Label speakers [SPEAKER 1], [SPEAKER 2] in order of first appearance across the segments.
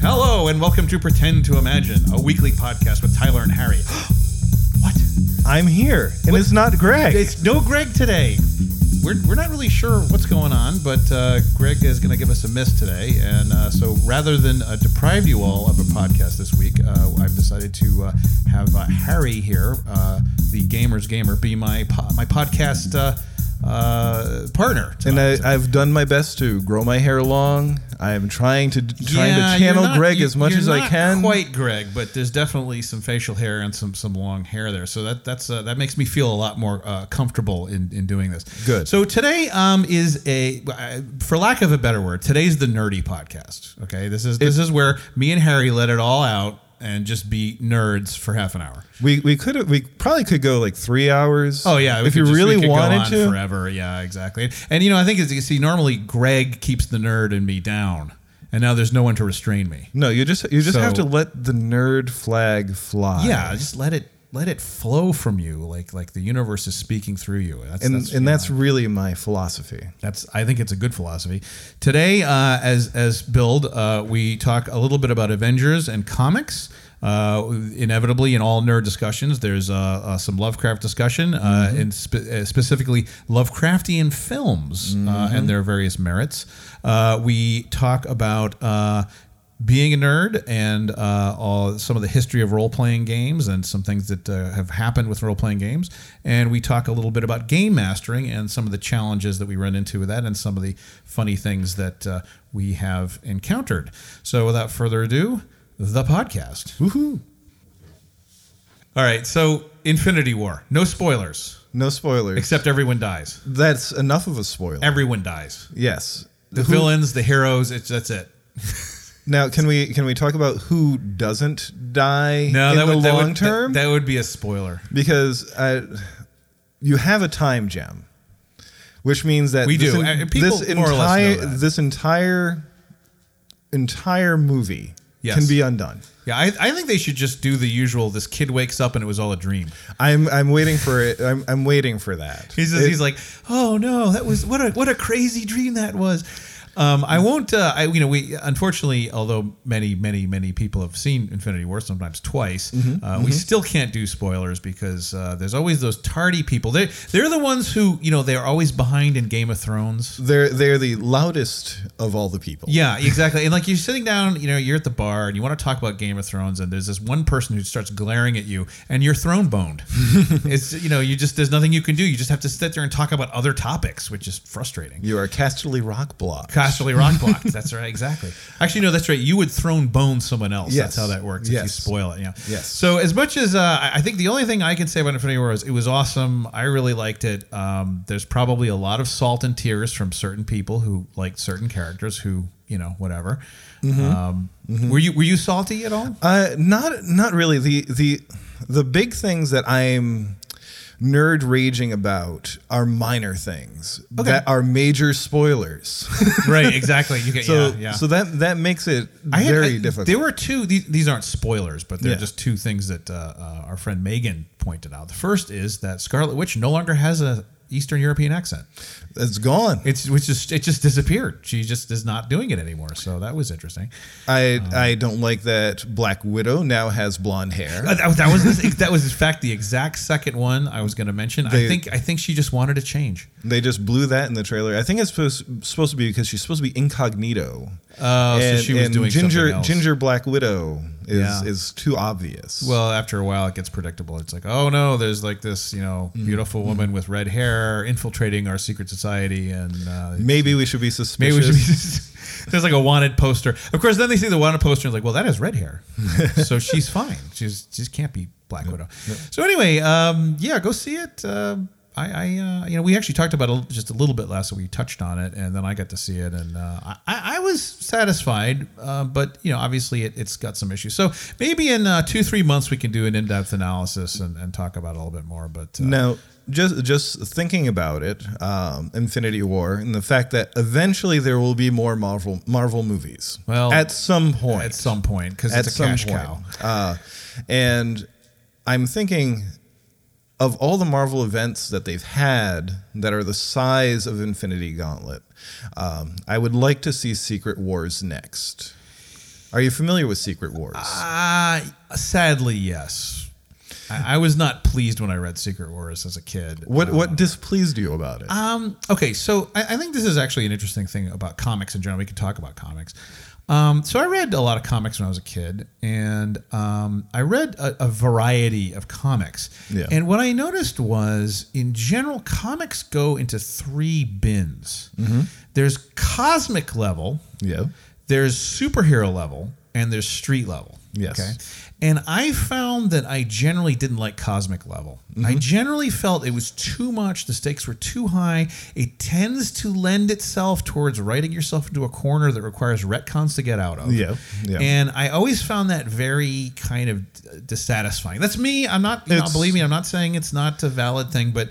[SPEAKER 1] Hello, and welcome to Pretend to Imagine, a weekly podcast with Tyler and Harry. what?
[SPEAKER 2] I'm here, and
[SPEAKER 1] What-
[SPEAKER 2] it's not Greg.
[SPEAKER 1] It's no Greg today. We're, we're not really sure what's going on, but uh, Greg is going to give us a miss today. And uh, so rather than uh, deprive you all of a podcast this week, uh, I've decided to uh, have uh, Harry here, uh, the Gamer's Gamer, be my, po- my podcast uh, uh, partner.
[SPEAKER 2] and
[SPEAKER 1] tonight.
[SPEAKER 2] I, I've done my best to grow my hair long. I am trying to trying
[SPEAKER 1] Yeah,
[SPEAKER 2] to
[SPEAKER 1] you're
[SPEAKER 2] channel
[SPEAKER 1] not-
[SPEAKER 2] Greg
[SPEAKER 1] you-
[SPEAKER 2] as much
[SPEAKER 1] you're
[SPEAKER 2] as I
[SPEAKER 1] not
[SPEAKER 2] can.
[SPEAKER 1] Quite Greg, but there's definitely some facial hair and some some long hair there. So that that's uh, that makes me feel a lot more uh, comfortable in in doing this.
[SPEAKER 2] Good.
[SPEAKER 1] So today um is a uh, for lack of a better word, today's the nerdy podcast. Okay, this is this is where me and Harry let it all out and just be nerds for half an hour.
[SPEAKER 2] We we could we probably could go like three hours.
[SPEAKER 1] Oh yeah, we
[SPEAKER 2] if
[SPEAKER 1] could
[SPEAKER 2] you
[SPEAKER 1] just- we
[SPEAKER 2] really
[SPEAKER 1] could go
[SPEAKER 2] wanted
[SPEAKER 1] on
[SPEAKER 2] to.
[SPEAKER 1] forever. Yeah, exactly. And you know, I think as you see, normally Greg keeps the nerd in me down, and now there's no one to restrain me.
[SPEAKER 2] No, you just you just
[SPEAKER 1] So-
[SPEAKER 2] have to let the nerd flag fly.
[SPEAKER 1] yeah just let it let it flow from you like like the universe is speaking through you that's,
[SPEAKER 2] and
[SPEAKER 1] that's
[SPEAKER 2] and that's really my philosophy.
[SPEAKER 1] that's i think it's a good philosophy today uh, as as build uh, we talk a little bit about avengers and comics uh, inevitably, in all nerd discussions, there's uh, uh, some Lovecraft discussion, uh,
[SPEAKER 2] Mm-hmm.
[SPEAKER 1] and spe- uh, specifically Lovecraftian films uh,
[SPEAKER 2] Mm-hmm.
[SPEAKER 1] and their various merits. Uh, we talk about uh, being a nerd and uh, all some of the history of role playing games and some things that uh, have happened with role playing games. And we talk a little bit about game mastering and some of the challenges that we run into with that and some of the funny things that uh, we have encountered. So without further ado, the podcast.
[SPEAKER 2] Woohoo!
[SPEAKER 1] All right. So Infinity War. No spoilers,
[SPEAKER 2] No spoilers.
[SPEAKER 1] except everyone dies.
[SPEAKER 2] that's enough of a spoiler.
[SPEAKER 1] Everyone dies.
[SPEAKER 2] yes.
[SPEAKER 1] The
[SPEAKER 2] Who-
[SPEAKER 1] villains, the heroes, it's, that's it.
[SPEAKER 2] now, can we can we talk about who doesn't die in the
[SPEAKER 1] that
[SPEAKER 2] long
[SPEAKER 1] that-
[SPEAKER 2] term?
[SPEAKER 1] That, would be a spoiler.
[SPEAKER 2] because I, you have a time gem, which means that
[SPEAKER 1] We
[SPEAKER 2] this
[SPEAKER 1] do. Uh, people
[SPEAKER 2] this
[SPEAKER 1] more or less know
[SPEAKER 2] entire
[SPEAKER 1] that.
[SPEAKER 2] this entire entire movie
[SPEAKER 1] Yes.
[SPEAKER 2] can be undone.
[SPEAKER 1] Yeah, I, I think they should just do the usual. This kid wakes up and it was all a dream.
[SPEAKER 2] I'm I'm waiting for it. I'm I'm waiting for that.
[SPEAKER 1] He's just,
[SPEAKER 2] It-
[SPEAKER 1] he's like, oh no, that was what a what a crazy dream that was. Um, I won't. Uh, I you know we unfortunately, although many many many people have seen Infinity War sometimes twice, uh, we still can't do spoilers because uh, there's always those tardy people. They they're the ones who you know they're always behind in Game of Thrones.
[SPEAKER 2] they're they're the loudest of all the people.
[SPEAKER 1] Yeah, exactly. And like you're sitting down, you know, you're at the bar and you want to talk about Game of Thrones, and there's this one person who starts glaring at you, and you're throne boned. it's you know, you just there's nothing you can do. You just have to sit there and talk about other topics, which is frustrating.
[SPEAKER 2] You are Casterly Rock Block.
[SPEAKER 1] Constantly rock blocked. That's right, exactly. Actually, no, that's right. You would throne bone someone else. That's
[SPEAKER 2] Yes.
[SPEAKER 1] how that works. If you
[SPEAKER 2] Yes.
[SPEAKER 1] spoil it, yeah.
[SPEAKER 2] Yes.
[SPEAKER 1] So as much as uh, I I think the only thing I can say about Infinity War is it was awesome. I really liked it. Um, there's probably a lot of salt and tears from certain people who liked certain characters who you know whatever. Um, Were you were you salty at all?
[SPEAKER 2] Uh, not not really. The the the big things that I'm nerd raging about are minor things
[SPEAKER 1] Okay.
[SPEAKER 2] that are major spoilers.
[SPEAKER 1] right. Exactly. You get
[SPEAKER 2] So
[SPEAKER 1] yeah, yeah.
[SPEAKER 2] so that that makes it
[SPEAKER 1] I had-
[SPEAKER 2] very
[SPEAKER 1] I-
[SPEAKER 2] difficult.
[SPEAKER 1] There were two. These, these aren't spoilers, but they're
[SPEAKER 2] Yeah.
[SPEAKER 1] just two things that uh, uh, our friend Megan pointed out. The first is that Scarlet Witch no longer has a Eastern European accent.
[SPEAKER 2] it's gone.
[SPEAKER 1] It's which just it just disappeared. She just is not doing it anymore. So that was interesting.
[SPEAKER 2] I
[SPEAKER 1] Oh.
[SPEAKER 2] I don't like that Black Widow now has blonde hair.
[SPEAKER 1] Uh, That, that was the- that was in fact the exact second one I was going to mention. I
[SPEAKER 2] They-
[SPEAKER 1] think I think she just wanted to change.
[SPEAKER 2] They just blew that in the trailer. I think it's supposed, supposed to be because she's supposed to be incognito.
[SPEAKER 1] Oh, so she was doing
[SPEAKER 2] ginger
[SPEAKER 1] something else.
[SPEAKER 2] ginger Black Widow is
[SPEAKER 1] Yeah.
[SPEAKER 2] is too obvious.
[SPEAKER 1] Well, after a while, it gets predictable. It's like, oh no, there's like this, you know,
[SPEAKER 2] Mm-hmm.
[SPEAKER 1] beautiful woman with red hair infiltrating our secret society, and uh,
[SPEAKER 2] maybe we should be suspicious.
[SPEAKER 1] Maybe we should be. There's like a wanted poster. Of course, then they see the wanted poster and it's like, well, that has red hair, so she's fine. She's she just can't be Black Widow. So anyway, um, yeah, go see it. Um I, I uh, you know, we actually talked about it just a little bit last week. We touched on it, and then I got to see it, and uh, I, I was satisfied. Uh, but you know, obviously, it, it's got some issues. So maybe in uh, two, three months, we can do an in-depth analysis and, and talk about it a little bit more. But uh,
[SPEAKER 2] Now, just just thinking about it, um, Infinity War, and the fact that eventually there will be more Marvel Marvel movies.
[SPEAKER 1] Well,
[SPEAKER 2] at some point,
[SPEAKER 1] at some point, because
[SPEAKER 2] at
[SPEAKER 1] it's a
[SPEAKER 2] some
[SPEAKER 1] cash
[SPEAKER 2] point,
[SPEAKER 1] cow.
[SPEAKER 2] Uh, and I'm thinking of all the Marvel events that they've had that are the size of Infinity Gauntlet. Um, I would like to see Secret Wars next. Are you familiar with Secret Wars?
[SPEAKER 1] Uh, sadly, yes. I, I was not pleased when I read Secret Wars as a kid.
[SPEAKER 2] what what displeased you about it?
[SPEAKER 1] Um, okay, so I, I think this is actually an interesting thing about comics in general. We could talk about comics. Um, so I read a lot of comics when I was a kid, and um, I read a, a variety of comics.
[SPEAKER 2] Yeah.
[SPEAKER 1] And what I noticed was, in general, comics go into three bins.
[SPEAKER 2] Mm-hmm.
[SPEAKER 1] There's cosmic level,
[SPEAKER 2] yeah.
[SPEAKER 1] there's superhero level, and there's street level.
[SPEAKER 2] Yes.
[SPEAKER 1] And I found that I generally didn't like cosmic level.
[SPEAKER 2] Mm-hmm.
[SPEAKER 1] I generally felt it was too much. The stakes were too high. It tends to lend itself towards writing yourself into a corner that requires retcons to get out of.
[SPEAKER 2] Yeah, yeah.
[SPEAKER 1] And I always found that very kind of dissatisfying. That's me. I'm not. You know,
[SPEAKER 2] It's-
[SPEAKER 1] believe me, I'm not saying it's not a valid thing, but.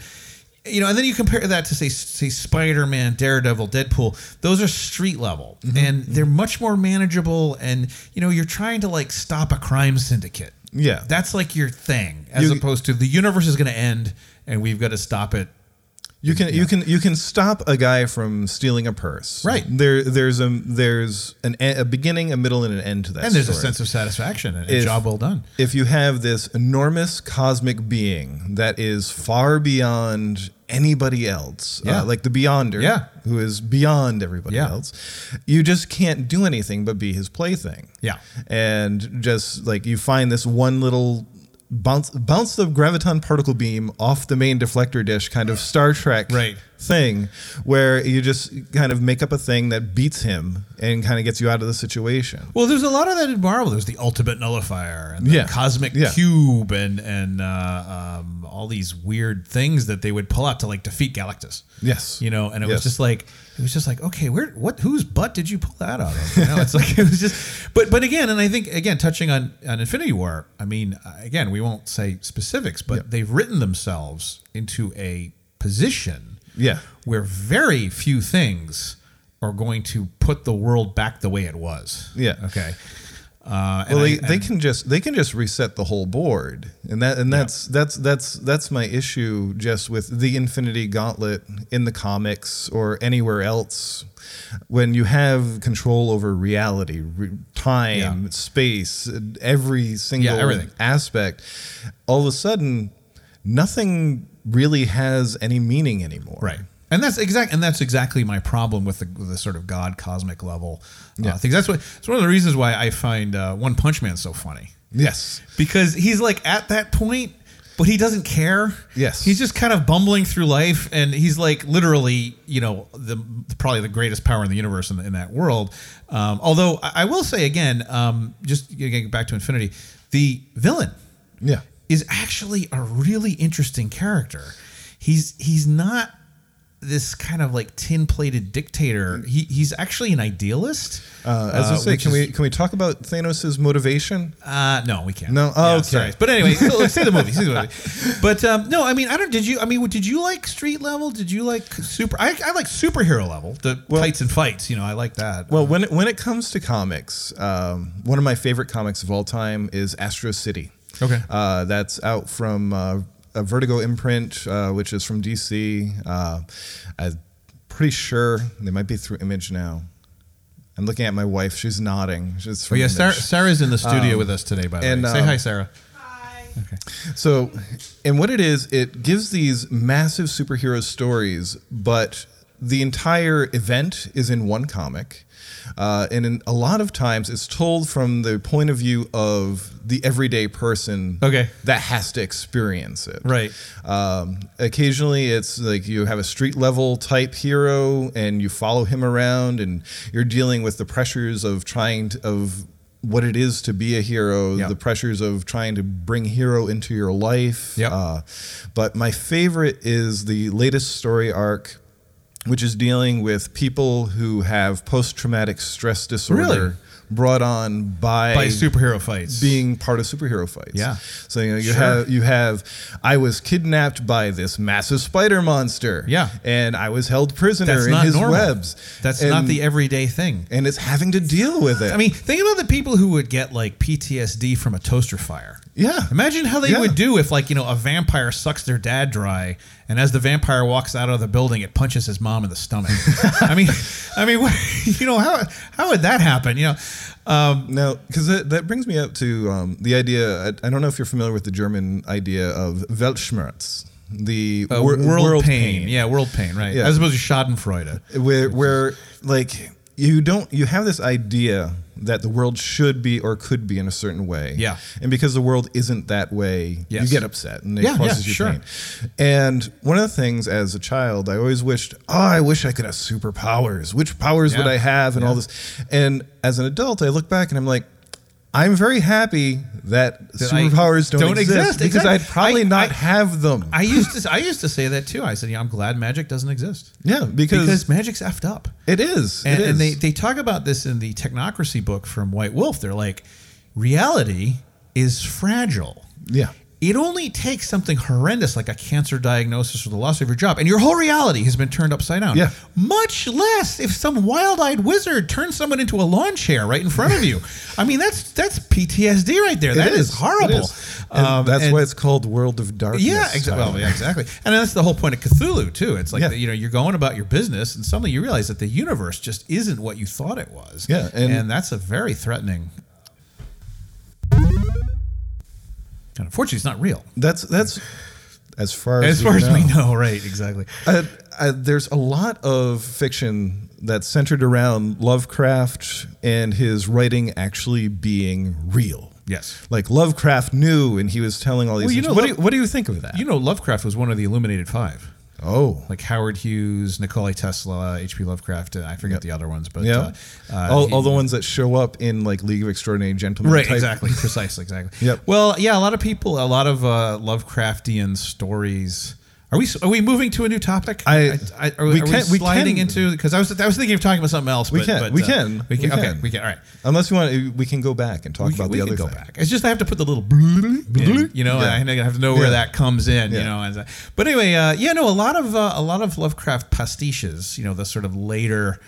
[SPEAKER 1] You know, and then you compare that to say, say Spider Man, Daredevil, Deadpool. Those are street level,
[SPEAKER 2] Mm-hmm.
[SPEAKER 1] and they're much more manageable. And you know, you're trying to like stop a crime syndicate.
[SPEAKER 2] Yeah.
[SPEAKER 1] That's like your thing, as
[SPEAKER 2] You-
[SPEAKER 1] opposed to the universe is going to end and we've got to stop it.
[SPEAKER 2] You can you can you can stop a guy from stealing a purse.
[SPEAKER 1] Right.
[SPEAKER 2] There there's a there's an e- a beginning, a middle, and an end to that.
[SPEAKER 1] And there's a
[SPEAKER 2] story.
[SPEAKER 1] sense of satisfaction and a
[SPEAKER 2] If-
[SPEAKER 1] job well done.
[SPEAKER 2] if you have this enormous cosmic being that is far beyond anybody else, uh,
[SPEAKER 1] Yeah.
[SPEAKER 2] like the Beyonder,
[SPEAKER 1] Yeah.
[SPEAKER 2] who is beyond everybody
[SPEAKER 1] Yeah.
[SPEAKER 2] else, you just can't do anything but be his plaything.
[SPEAKER 1] Yeah.
[SPEAKER 2] And just like you find this one little bounce, bounce the graviton particle beam off the main deflector dish kind of Star Trek
[SPEAKER 1] Right.
[SPEAKER 2] thing where you just kind of make up a thing that beats him and kind of gets you out of the situation.
[SPEAKER 1] Well, there's a lot of that in Marvel. There's the Ultimate Nullifier and the
[SPEAKER 2] Yeah.
[SPEAKER 1] Cosmic
[SPEAKER 2] Yeah.
[SPEAKER 1] Cube and and uh, um, all these weird things that they would pull out to like defeat Galactus.
[SPEAKER 2] Yes.
[SPEAKER 1] you know, and it was
[SPEAKER 2] Yes.
[SPEAKER 1] just like it was just like okay, where what whose butt did you pull that out of? You know, it's like it was just, but but again, and I think again touching on on Infinity War. I mean, again, we won't say specifics, but they've written themselves into a position
[SPEAKER 2] Yeah.
[SPEAKER 1] where very few things are going to put the world back the way it was.
[SPEAKER 2] Yeah.
[SPEAKER 1] Okay. Uh, and
[SPEAKER 2] Well, they,
[SPEAKER 1] I-
[SPEAKER 2] they can just they can just reset the whole board, and that and that's that's that's that's my issue just with the Infinity Gauntlet in the comics or anywhere else. When you have control over reality, re- time,
[SPEAKER 1] Yeah.
[SPEAKER 2] space, every single
[SPEAKER 1] everything.
[SPEAKER 2] aspect, all of a sudden, nothing really has any meaning anymore.
[SPEAKER 1] Right. And that's exact. And that's exactly my problem with the, with the sort of God cosmic level uh,
[SPEAKER 2] Yeah.
[SPEAKER 1] things. That's what. It's one of the reasons why I find uh, One Punch Man so funny
[SPEAKER 2] Yes.
[SPEAKER 1] because he's like at that point, but he doesn't care.
[SPEAKER 2] Yes.
[SPEAKER 1] He's just kind of bumbling through life, and he's like literally, you know, the probably the greatest power in the universe in, in that world. Um, although I, I will say again, um, just getting back to Infinity, the villain
[SPEAKER 2] Yeah.
[SPEAKER 1] is actually a really interesting character. He's he's not this kind of like tin plated dictator. He, he's actually an idealist.
[SPEAKER 2] Uh, as I say,
[SPEAKER 1] which
[SPEAKER 2] can
[SPEAKER 1] is-
[SPEAKER 2] we can we talk about Thanos' motivation?
[SPEAKER 1] Uh, no, we can't.
[SPEAKER 2] No? Oh, okay.
[SPEAKER 1] But anyway, so let's say the movie. Say the movie. But um, no, I mean, I don't. Did you? I mean, did you like street level? Did you like super? I, I like superhero level. The
[SPEAKER 2] Well-
[SPEAKER 1] fights and fights. You know, I like that.
[SPEAKER 2] Well, when it, when it comes to comics, um, one of my favorite comics of all time is Astro City.
[SPEAKER 1] Okay.
[SPEAKER 2] Uh, that's out from uh, a Vertigo imprint, uh, which is from DC. Uh, I'm pretty sure they might be through Image now. I'm looking at my wife; she's nodding. She's from
[SPEAKER 1] oh yeah,
[SPEAKER 2] Image.
[SPEAKER 1] Sarah, Sarah's in the studio with us today. By the
[SPEAKER 2] um, and,
[SPEAKER 1] way, say
[SPEAKER 2] um,
[SPEAKER 1] hi, Sarah.
[SPEAKER 2] So, and what it is, it gives these massive superhero stories, but the entire event is in one comic. Uh, and in, a lot of times it's told from the point of view of the everyday person
[SPEAKER 1] Okay.
[SPEAKER 2] that has to experience it.
[SPEAKER 1] Right.
[SPEAKER 2] Um, occasionally, it's like you have a street level type hero, and you follow him around, and you're dealing with the pressures of trying to, of what it is to be a hero,
[SPEAKER 1] Yeah.
[SPEAKER 2] the pressures of trying to bring hero into your life.
[SPEAKER 1] Yep.
[SPEAKER 2] Uh, but my favorite is the latest story arc. Which is dealing with people who have post traumatic stress disorder
[SPEAKER 1] Really?
[SPEAKER 2] brought on by,
[SPEAKER 1] By superhero fights.
[SPEAKER 2] being part of superhero fights.
[SPEAKER 1] Yeah.
[SPEAKER 2] So you know you
[SPEAKER 1] Sure.
[SPEAKER 2] have you have I was kidnapped by this massive spider monster.
[SPEAKER 1] Yeah.
[SPEAKER 2] And I was held prisoner
[SPEAKER 1] that's
[SPEAKER 2] in
[SPEAKER 1] not
[SPEAKER 2] his
[SPEAKER 1] normal.
[SPEAKER 2] webs.
[SPEAKER 1] That's
[SPEAKER 2] and,
[SPEAKER 1] not the everyday thing.
[SPEAKER 2] and it's having to deal with it.
[SPEAKER 1] I mean, think about the people who would get like PTSD from a toaster fire.
[SPEAKER 2] Yeah.
[SPEAKER 1] Imagine how they
[SPEAKER 2] Yeah.
[SPEAKER 1] would do if, like, you know, a vampire sucks their dad dry, and as the vampire walks out of the building, it punches his mom in the stomach. I mean, I mean, you know, how how would that happen? You know, um,
[SPEAKER 2] Now, because that, that brings me up to um, the idea. I, I don't know if you're familiar with the German idea of Weltschmerz, the
[SPEAKER 1] uh,
[SPEAKER 2] wor-
[SPEAKER 1] world, pain. yeah, world pain, right?
[SPEAKER 2] Yeah.
[SPEAKER 1] As opposed to Schadenfreude.
[SPEAKER 2] where where like you don't you have this idea that the world should be or could be in a certain way.
[SPEAKER 1] Yeah.
[SPEAKER 2] And because the world isn't that way,
[SPEAKER 1] Yes.
[SPEAKER 2] you get upset and it
[SPEAKER 1] Yeah, yeah,
[SPEAKER 2] causes you
[SPEAKER 1] sure.
[SPEAKER 2] pain. And one of the things as a child, I always wished, oh, I wish I could have superpowers. Which powers would
[SPEAKER 1] Yeah.
[SPEAKER 2] I have and all this? And as an adult, I look back and I'm like, I'm very happy that,
[SPEAKER 1] I
[SPEAKER 2] superpowers don't,
[SPEAKER 1] don't
[SPEAKER 2] exist,
[SPEAKER 1] exist,
[SPEAKER 2] because
[SPEAKER 1] exactly.
[SPEAKER 2] I'd probably
[SPEAKER 1] I-
[SPEAKER 2] not
[SPEAKER 1] I-
[SPEAKER 2] have them.
[SPEAKER 1] I used to I used to say that too. I said, yeah, I'm glad magic doesn't exist
[SPEAKER 2] yeah, because,
[SPEAKER 1] because magic's effed up.
[SPEAKER 2] it is.
[SPEAKER 1] And,
[SPEAKER 2] it is.
[SPEAKER 1] and they, they talk about this in the technocracy book from White Wolf. They're like, reality is fragile.
[SPEAKER 2] yeah.
[SPEAKER 1] It only takes something horrendous like a cancer diagnosis or the loss of your job, and your whole reality has been turned upside down.
[SPEAKER 2] Yeah.
[SPEAKER 1] Much less if some wild-eyed wizard turns someone into a lawn chair right in front of you. I mean, that's that's PTSD right there. that is, horrible.
[SPEAKER 2] It is. And
[SPEAKER 1] Um,
[SPEAKER 2] that's
[SPEAKER 1] and-
[SPEAKER 2] why it's called World of Darkness.
[SPEAKER 1] yeah, exa- well,
[SPEAKER 2] Tyler.
[SPEAKER 1] yeah, exactly. And that's the whole point of Cthulhu too. It's like
[SPEAKER 2] Yeah.
[SPEAKER 1] that, you know you're going about your business, and suddenly you realize that the universe just isn't what you thought it was.
[SPEAKER 2] Yeah,
[SPEAKER 1] and,
[SPEAKER 2] and-
[SPEAKER 1] that's a very threatening. And unfortunately, it's not real.
[SPEAKER 2] That's that's as far as,
[SPEAKER 1] As far as we know, right? Exactly.
[SPEAKER 2] Uh, uh, there's a lot of fiction that's centered around Lovecraft and his writing actually being real.
[SPEAKER 1] Yes.
[SPEAKER 2] Like Lovecraft knew, and he was telling all these.
[SPEAKER 1] Well, you
[SPEAKER 2] things.
[SPEAKER 1] know,
[SPEAKER 2] what,
[SPEAKER 1] Lov-
[SPEAKER 2] do you, what do you think of that?
[SPEAKER 1] You know, Lovecraft was one of the Illuminated Five,
[SPEAKER 2] oh,
[SPEAKER 1] like Howard Hughes, Nikolai Tesla, H.P. Lovecraft, and I forget the other ones, but
[SPEAKER 2] yeah, Oh,
[SPEAKER 1] uh, uh,
[SPEAKER 2] all,
[SPEAKER 1] he-
[SPEAKER 2] all the ones that show up in like League of Extraordinary Gentlemen.
[SPEAKER 1] Right,
[SPEAKER 2] type-
[SPEAKER 1] exactly, precisely, exactly.
[SPEAKER 2] Yep.
[SPEAKER 1] Well, yeah, a lot of people, a lot of uh, Lovecraftian stories. Are we are we moving to a new topic?
[SPEAKER 2] I-
[SPEAKER 1] are, we
[SPEAKER 2] we
[SPEAKER 1] are
[SPEAKER 2] can-
[SPEAKER 1] we
[SPEAKER 2] we
[SPEAKER 1] sliding
[SPEAKER 2] can-
[SPEAKER 1] into because I was I was thinking of talking about something else.
[SPEAKER 2] We
[SPEAKER 1] but,
[SPEAKER 2] can,
[SPEAKER 1] but,
[SPEAKER 2] we
[SPEAKER 1] uh,
[SPEAKER 2] can,
[SPEAKER 1] we can,
[SPEAKER 2] we
[SPEAKER 1] okay,
[SPEAKER 2] can.
[SPEAKER 1] we can. All right.
[SPEAKER 2] Unless you want, we can go back and talk
[SPEAKER 1] We
[SPEAKER 2] about
[SPEAKER 1] can,
[SPEAKER 2] the
[SPEAKER 1] we
[SPEAKER 2] other
[SPEAKER 1] can go
[SPEAKER 2] thing.
[SPEAKER 1] back. It's just I have to put the little, in, you know,
[SPEAKER 2] Yeah.
[SPEAKER 1] and I have to know where
[SPEAKER 2] Yeah.
[SPEAKER 1] that comes in, you
[SPEAKER 2] Yeah.
[SPEAKER 1] know. And, but anyway, uh, yeah, no, a lot of uh, a lot of Lovecraft pastiches, you know, the sort of later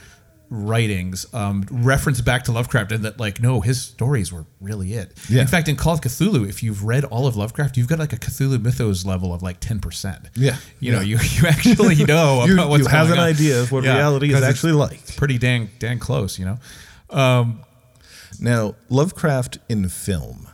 [SPEAKER 1] writings um, reference back to Lovecraft, and that like, no, his stories were really it.
[SPEAKER 2] Yeah.
[SPEAKER 1] In fact, in Call of Cthulhu, if you've read all of Lovecraft, you've got like a Cthulhu Mythos level of like ten percent.
[SPEAKER 2] Yeah.
[SPEAKER 1] you know,
[SPEAKER 2] Yeah.
[SPEAKER 1] you you actually know about
[SPEAKER 2] You,
[SPEAKER 1] what's
[SPEAKER 2] you have
[SPEAKER 1] going
[SPEAKER 2] an
[SPEAKER 1] on.
[SPEAKER 2] idea of what
[SPEAKER 1] Yeah,
[SPEAKER 2] reality is
[SPEAKER 1] 'cause it's
[SPEAKER 2] actually like.
[SPEAKER 1] Pretty dang dang close, you know. Um,
[SPEAKER 2] Now, Lovecraft in film.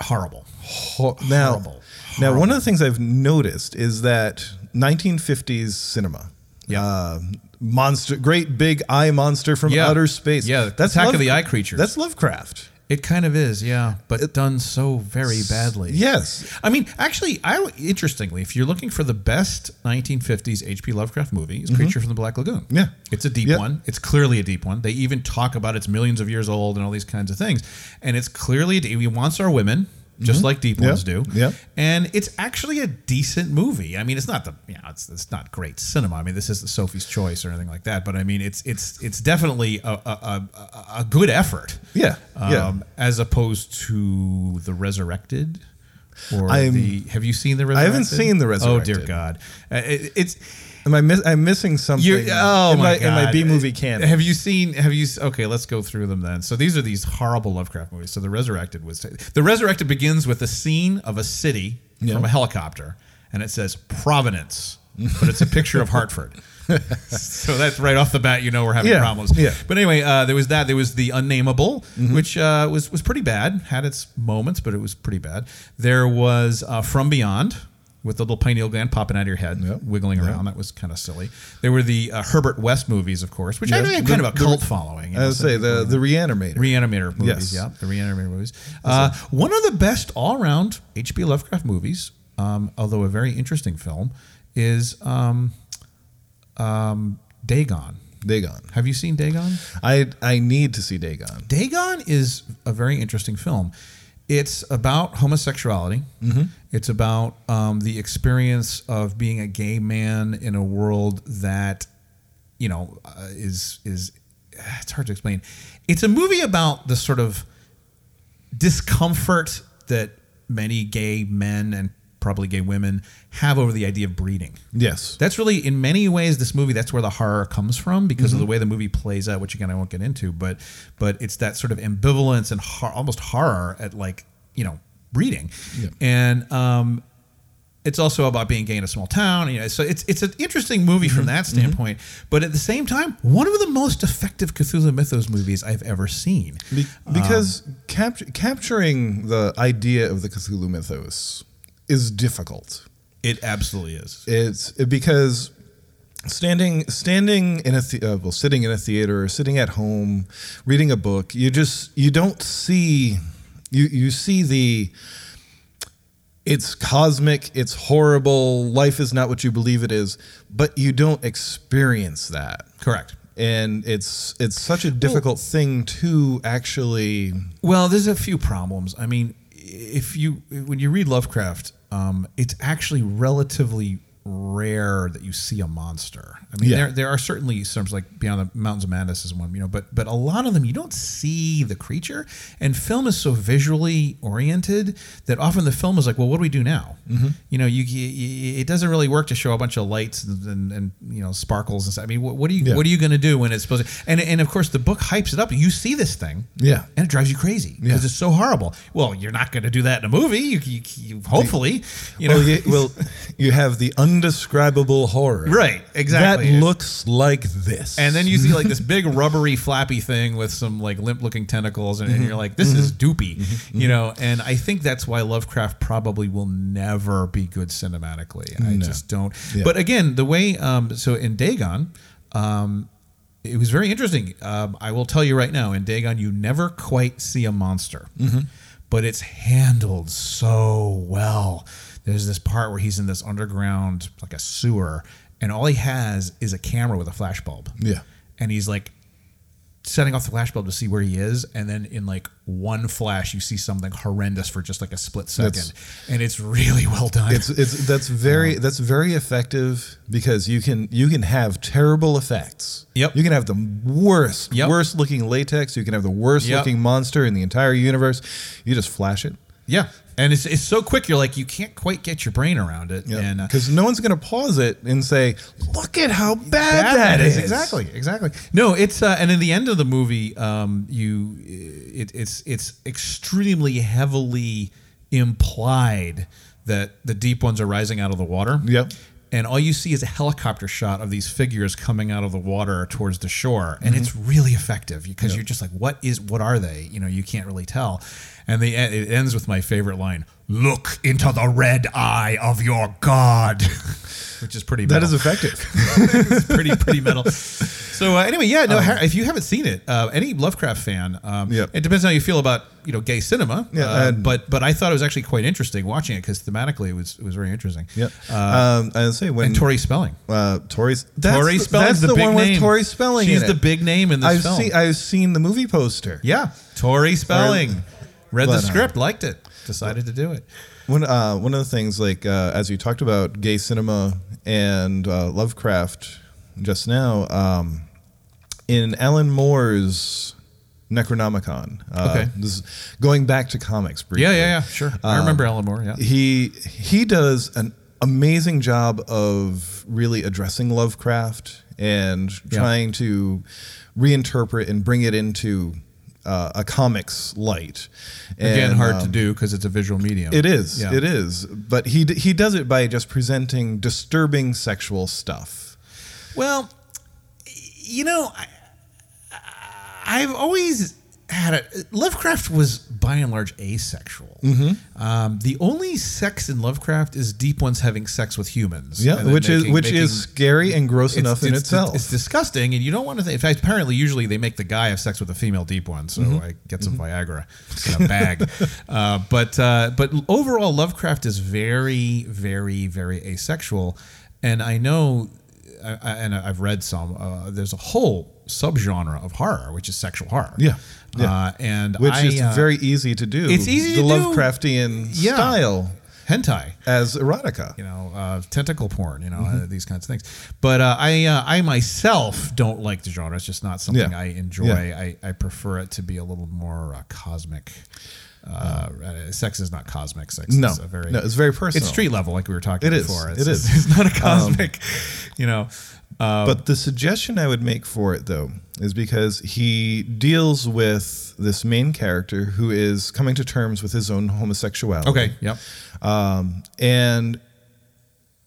[SPEAKER 1] horrible.
[SPEAKER 2] Ho- now,
[SPEAKER 1] horrible,
[SPEAKER 2] now, one of the things I've noticed is that 1950s cinema.
[SPEAKER 1] Yeah.
[SPEAKER 2] Uh, monster, great big eye monster from
[SPEAKER 1] Yeah.
[SPEAKER 2] outer space.
[SPEAKER 1] Yeah, Attack of the Eye Creatures.
[SPEAKER 2] That's Lovecraft.
[SPEAKER 1] It kind of is, yeah, but done so very badly.
[SPEAKER 2] Yes.
[SPEAKER 1] I mean, actually, I interestingly, if you're looking for the best 1950s H.P. Lovecraft movie, it's Creature from the Black Lagoon.
[SPEAKER 2] Mm-hmm. Yeah.
[SPEAKER 1] it's a deep
[SPEAKER 2] Yeah.
[SPEAKER 1] one. It's clearly a deep one. They even talk about it's millions of years old and all these kinds of things, and it's clearly a deep- he wants our women. Just like deep
[SPEAKER 2] Mm-hmm. Yeah.
[SPEAKER 1] ones do,
[SPEAKER 2] Yeah.
[SPEAKER 1] and it's actually a decent movie. I mean, it's not the you know, it's it's not great cinema. I mean, this isn't Sophie's Choice or anything like that, but I mean, it's it's it's definitely a a, a, a- a good effort
[SPEAKER 2] Yeah. yeah.
[SPEAKER 1] um, as opposed to the resurrected or
[SPEAKER 2] I'm-
[SPEAKER 1] the have you seen the
[SPEAKER 2] haven't
[SPEAKER 1] resurrected?
[SPEAKER 2] seen The Resurrected.
[SPEAKER 1] Oh dear God, Uh, it- it's
[SPEAKER 2] Am I miss, I'm missing something?
[SPEAKER 1] you. Oh
[SPEAKER 2] in
[SPEAKER 1] my,
[SPEAKER 2] In my
[SPEAKER 1] God.
[SPEAKER 2] B movie canon.
[SPEAKER 1] Have you seen? Have you? s- Okay, let's go through them then. So these are these horrible Lovecraft movies. So the resurrected was the resurrected begins with a scene of a city
[SPEAKER 2] Yeah.
[SPEAKER 1] from a helicopter, and it says Providence, but it's a picture of Hartford. so that's right off the bat, you know we're having
[SPEAKER 2] Yeah,
[SPEAKER 1] problems.
[SPEAKER 2] yeah.
[SPEAKER 1] But anyway, uh, there was that. There was the Unnameable,
[SPEAKER 2] Mm-hmm.
[SPEAKER 1] which uh, was was pretty bad. Had its moments, but it was pretty bad. There was uh, From Beyond with the little pineal gland popping out of your head,
[SPEAKER 2] Yep.
[SPEAKER 1] wiggling around. That was kind of silly. There were the uh, Herbert West movies, of course, which
[SPEAKER 2] Yeah,
[SPEAKER 1] actually had
[SPEAKER 2] the-
[SPEAKER 1] kind of a
[SPEAKER 2] the-
[SPEAKER 1] cult following. you
[SPEAKER 2] I
[SPEAKER 1] know,
[SPEAKER 2] would
[SPEAKER 1] so
[SPEAKER 2] say the, the Reanimator.
[SPEAKER 1] Reanimator movies,
[SPEAKER 2] Yes.
[SPEAKER 1] yeah, the Reanimator movies. Uh, one of the best all-round H.P. Lovecraft movies, um, although a very interesting film, is um, um, Dagon.
[SPEAKER 2] Dagon.
[SPEAKER 1] Have you seen Dagon?
[SPEAKER 2] I, I need to see Dagon.
[SPEAKER 1] Dagon is a very interesting film. It's about homosexuality. It's about um, the experience of being a gay man in a world that, you know, uh, is is it's hard to explain. It's a movie about the sort of discomfort that many gay men and probably gay women have over the idea of breeding.
[SPEAKER 2] Yes.
[SPEAKER 1] That's really, in many ways, this movie. That's where the horror comes from because of the way the movie plays out, which again I won't get into. But but it's that sort of ambivalence and hor- almost horror at like you know reading,
[SPEAKER 2] Yeah.
[SPEAKER 1] and um, it's also about being gay in a small town. You know, so it's it's an interesting movie from that standpoint. But at the same time, one of the most effective Cthulhu Mythos movies I've ever seen.
[SPEAKER 2] Be- because capt- capturing the idea of the Cthulhu mythos is difficult.
[SPEAKER 1] It absolutely is.
[SPEAKER 2] It's because standing standing in a the- uh, well sitting in a theater or sitting at home reading a book you just you don't see you you see the it's cosmic it's horrible life is not what you believe it is but you don't experience that
[SPEAKER 1] Correct.
[SPEAKER 2] and it's it's such a difficult thing to actually
[SPEAKER 1] Well, there's a few problems. I mean, if you when you read Lovecraft, um, it's actually relatively rare that you see a monster. I mean,
[SPEAKER 2] Yeah.
[SPEAKER 1] there there are certainly some like Beyond the Mountains of Madness is one, you know, but but a lot of them you don't see the creature. And film is so visually oriented that often the film is like, well, what do we do now?
[SPEAKER 2] Mm-hmm.
[SPEAKER 1] You know, you, you it doesn't really work to show a bunch of lights and and, and you know sparkles and stuff. I mean, what, what do you
[SPEAKER 2] Yeah.
[SPEAKER 1] what are you going to do when it's supposed to? And and of course the book hypes it up. You see this thing,
[SPEAKER 2] Yeah.
[SPEAKER 1] and it drives you crazy
[SPEAKER 2] Yeah.
[SPEAKER 1] because it's so horrible. Well, you're not going to do that in a movie. You, you, you hopefully, you know,
[SPEAKER 2] Well, you, well, you have the undescribable horror.
[SPEAKER 1] right? Exactly.
[SPEAKER 2] That looks like this.
[SPEAKER 1] and then you see like this big rubbery flappy thing with some like limp looking tentacles, and, and
[SPEAKER 2] Mm-hmm.
[SPEAKER 1] you're like, this is doopy, you know. And I think that's why Lovecraft probably will never be good cinematically. I just don't.
[SPEAKER 2] Yeah.
[SPEAKER 1] But again, the way um, so in Dagon. Um, it was very interesting. Um, I will tell you right now, in Dagon, you never quite see a monster,
[SPEAKER 2] Mm-hmm.
[SPEAKER 1] but it's handled so well. There's this part where he's in this underground, like a sewer, and all he has is a camera with a flashbulb.
[SPEAKER 2] Yeah.
[SPEAKER 1] And he's like setting off the flashbulb to see where he is. And then in like one flash, you see something horrendous for just like a split second.
[SPEAKER 2] That's-
[SPEAKER 1] and it's really well done.
[SPEAKER 2] it's it's that's very that's very effective because you can you can have terrible effects.
[SPEAKER 1] Yep.
[SPEAKER 2] You can have the worst
[SPEAKER 1] Yep.
[SPEAKER 2] worst looking latex. You can have the worst
[SPEAKER 1] Yep.
[SPEAKER 2] looking monster in the entire universe. You just flash it.
[SPEAKER 1] yeah. And it's, it's so quick, you're like, you can't quite get your brain around it. And uh,
[SPEAKER 2] Because no one's going to pause it and say, "Look at how bad,
[SPEAKER 1] bad
[SPEAKER 2] that is."
[SPEAKER 1] Exactly, exactly. No, it's uh, and in the end of the movie, um, you it, it's it's extremely heavily implied that the deep ones are rising out of the water.
[SPEAKER 2] Yep.
[SPEAKER 1] And all you see is a helicopter shot of these figures coming out of the water towards the shore,
[SPEAKER 2] Mm-hmm.
[SPEAKER 1] and it's really effective because you're just like, "What is? What are they?" You know, you can't really tell. And the it ends with my favorite line: "Look into the red eye of your god," which is pretty.
[SPEAKER 2] That
[SPEAKER 1] metal
[SPEAKER 2] is effective.
[SPEAKER 1] it's pretty pretty metal. So uh, anyway, yeah, no. Har if you haven't seen it, uh, any Lovecraft fan, um,
[SPEAKER 2] Um, Yep.
[SPEAKER 1] it depends how you feel about you know gay cinema.
[SPEAKER 2] Yeah,
[SPEAKER 1] uh,
[SPEAKER 2] and-
[SPEAKER 1] but but I thought it was actually quite interesting watching it because thematically it was it was very interesting.
[SPEAKER 2] yep.
[SPEAKER 1] Uh,
[SPEAKER 2] um, I say when
[SPEAKER 1] and Tori Spelling.
[SPEAKER 2] uh, Tori's that's
[SPEAKER 1] Tori
[SPEAKER 2] the,
[SPEAKER 1] Spelling's
[SPEAKER 2] that's the,
[SPEAKER 1] big
[SPEAKER 2] one
[SPEAKER 1] name.
[SPEAKER 2] with Tori Spelling.
[SPEAKER 1] She's
[SPEAKER 2] in
[SPEAKER 1] the
[SPEAKER 2] it.
[SPEAKER 1] big name in this
[SPEAKER 2] I've
[SPEAKER 1] film.
[SPEAKER 2] seen I've seen the movie poster.
[SPEAKER 1] yeah, Tori Spelling. Read the
[SPEAKER 2] But, uh,
[SPEAKER 1] script, liked it, decided to do it.
[SPEAKER 2] One uh, one of the things like uh, as you talked about gay cinema and uh, Lovecraft just now um, in Alan Moore's Necronomicon. Uh,
[SPEAKER 1] Okay.
[SPEAKER 2] This is going back to comics briefly.
[SPEAKER 1] Yeah, yeah, yeah. Sure,
[SPEAKER 2] Um,
[SPEAKER 1] I remember Alan Moore. Yeah,
[SPEAKER 2] He he does an amazing job of really addressing Lovecraft and trying to reinterpret and bring it into uh, a comics light.
[SPEAKER 1] again,
[SPEAKER 2] And,
[SPEAKER 1] hard
[SPEAKER 2] um,
[SPEAKER 1] to do because it's a visual medium.
[SPEAKER 2] It is.
[SPEAKER 1] Yeah.
[SPEAKER 2] It is. But he d- he does it by just presenting disturbing sexual stuff.
[SPEAKER 1] Well, y- you know, I, I've always had a Lovecraft was by and large asexual.
[SPEAKER 2] Mm-hmm.
[SPEAKER 1] Um, the only sex in Lovecraft is deep ones having sex with humans. and then
[SPEAKER 2] which
[SPEAKER 1] making-
[SPEAKER 2] is which
[SPEAKER 1] making-
[SPEAKER 2] is scary and gross
[SPEAKER 1] it's-
[SPEAKER 2] enough in
[SPEAKER 1] it's-
[SPEAKER 2] itself.
[SPEAKER 1] It's disgusting, and you don't want to. Think, in fact, apparently, usually they make the guy have sex with a female deep one. So
[SPEAKER 2] Mm-hmm.
[SPEAKER 1] I get some Viagra in a bag. uh, but uh, but overall, Lovecraft is very, very, very asexual, and I know, I, I, and I've read some. Uh, there's a whole subgenre of horror, which is sexual horror.
[SPEAKER 2] Yeah. Yeah.
[SPEAKER 1] Uh, and
[SPEAKER 2] which
[SPEAKER 1] I,
[SPEAKER 2] is
[SPEAKER 1] uh,
[SPEAKER 2] very easy to do.
[SPEAKER 1] it's easy to
[SPEAKER 2] the
[SPEAKER 1] do.
[SPEAKER 2] Lovecraftian
[SPEAKER 1] Yeah.
[SPEAKER 2] style
[SPEAKER 1] hentai.
[SPEAKER 2] as erotica.
[SPEAKER 1] you know, uh, tentacle porn, you know,
[SPEAKER 2] Mm-hmm.
[SPEAKER 1] uh, these kinds of things. But uh, I, uh, I myself don't like the genre. It's just not something
[SPEAKER 2] Yeah.
[SPEAKER 1] I enjoy.
[SPEAKER 2] Yeah.
[SPEAKER 1] I, I prefer it to be a little more uh, cosmic. Uh, uh, sex is not cosmic. Sex
[SPEAKER 2] No,
[SPEAKER 1] is a very
[SPEAKER 2] no, it's very personal.
[SPEAKER 1] it's street level, like we were talking
[SPEAKER 2] It is. Um,
[SPEAKER 1] before. It's,
[SPEAKER 2] It is.
[SPEAKER 1] It's, it's not a cosmic, you know. uh,
[SPEAKER 2] but the suggestion I would make for it, though, is because he deals with this main character who is coming to terms with his own homosexuality.
[SPEAKER 1] Okay. Yep.
[SPEAKER 2] Um, and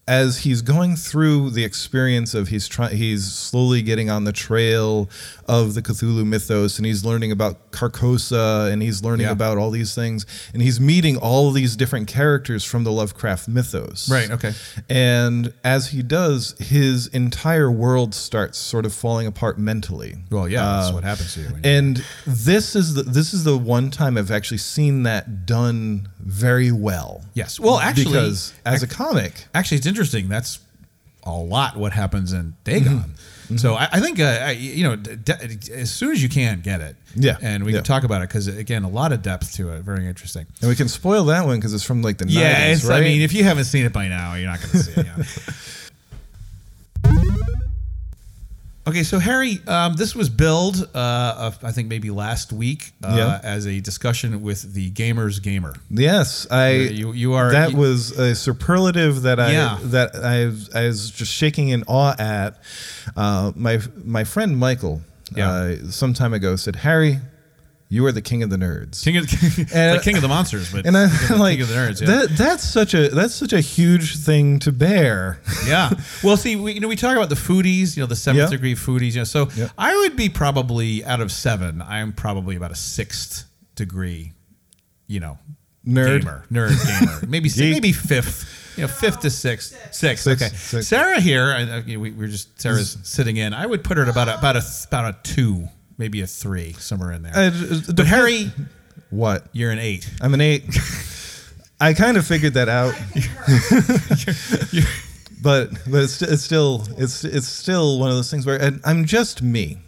[SPEAKER 2] as he's going through the experience of he's trying he's slowly getting on the trail of the Cthulhu mythos and he's learning about Carcosa and he's learning
[SPEAKER 1] Yeah.
[SPEAKER 2] about all these things and he's meeting all these different characters from the Lovecraft mythos.
[SPEAKER 1] Right, okay.
[SPEAKER 2] And as he does, his entire world starts sort of falling apart mentally.
[SPEAKER 1] Well, yeah, that's
[SPEAKER 2] Uh,
[SPEAKER 1] what happens to you. when you-
[SPEAKER 2] and this is the this is the one time I've actually seen that done very well.
[SPEAKER 1] Yes. Well, actually-
[SPEAKER 2] because as a comic,
[SPEAKER 1] actually it's interesting that's a lot what happens in Dagon.
[SPEAKER 2] Mm-hmm.
[SPEAKER 1] So I, I think uh, I, you know d- d- as soon as you can get it.
[SPEAKER 2] Yeah.
[SPEAKER 1] and we
[SPEAKER 2] Yeah.
[SPEAKER 1] can talk about it because again, a lot of depth to it. Very interesting.
[SPEAKER 2] and we can spoil that one because it's from like the 90s,
[SPEAKER 1] it's- I
[SPEAKER 2] right?
[SPEAKER 1] mean, if you haven't seen it by now, you're not going to see it. Yeah. okay, so Harry, um, this was billed, uh, of- I think maybe last week, uh,
[SPEAKER 2] Yeah.
[SPEAKER 1] as a discussion with the gamers gamer.
[SPEAKER 2] yes, I
[SPEAKER 1] You you are
[SPEAKER 2] that was a superlative that I
[SPEAKER 1] Yeah.
[SPEAKER 2] that I I was just shaking in awe at. Uh, my my friend Michael,
[SPEAKER 1] Yeah.
[SPEAKER 2] uh, some time ago said, Harry, you are the king of the nerds.
[SPEAKER 1] king of the,
[SPEAKER 2] And-
[SPEAKER 1] like king of the monsters, but
[SPEAKER 2] and I'm
[SPEAKER 1] king of the-
[SPEAKER 2] like,
[SPEAKER 1] king of the nerds. Yeah.
[SPEAKER 2] that that's such a that's such a huge thing to bear.
[SPEAKER 1] yeah. Well, see, we, you know, we talk about the foodies, you know, the seventh
[SPEAKER 2] Yeah.
[SPEAKER 1] degree foodies. You know, so
[SPEAKER 2] Yeah.
[SPEAKER 1] I would be probably out of seven. I'm probably about a sixth degree, you know,
[SPEAKER 2] Nerd.
[SPEAKER 1] gamer, nerd gamer. Maybe si-
[SPEAKER 2] Geek.
[SPEAKER 1] maybe fifth. You know, fifth to sixth, sixth.
[SPEAKER 2] Six,
[SPEAKER 1] okay,
[SPEAKER 2] six.
[SPEAKER 1] Sarah here. I, I, you know, we, we're just Sarah's sitting in. I would put her at about a, about a about a two, maybe a three, somewhere in there.
[SPEAKER 2] Uh, d- d-
[SPEAKER 1] but Harry,
[SPEAKER 2] What?
[SPEAKER 1] you're an eight.
[SPEAKER 2] I'm an eight. I kind of figured that out. but but it's, it's still it's it's still one of those things where and I'm just me.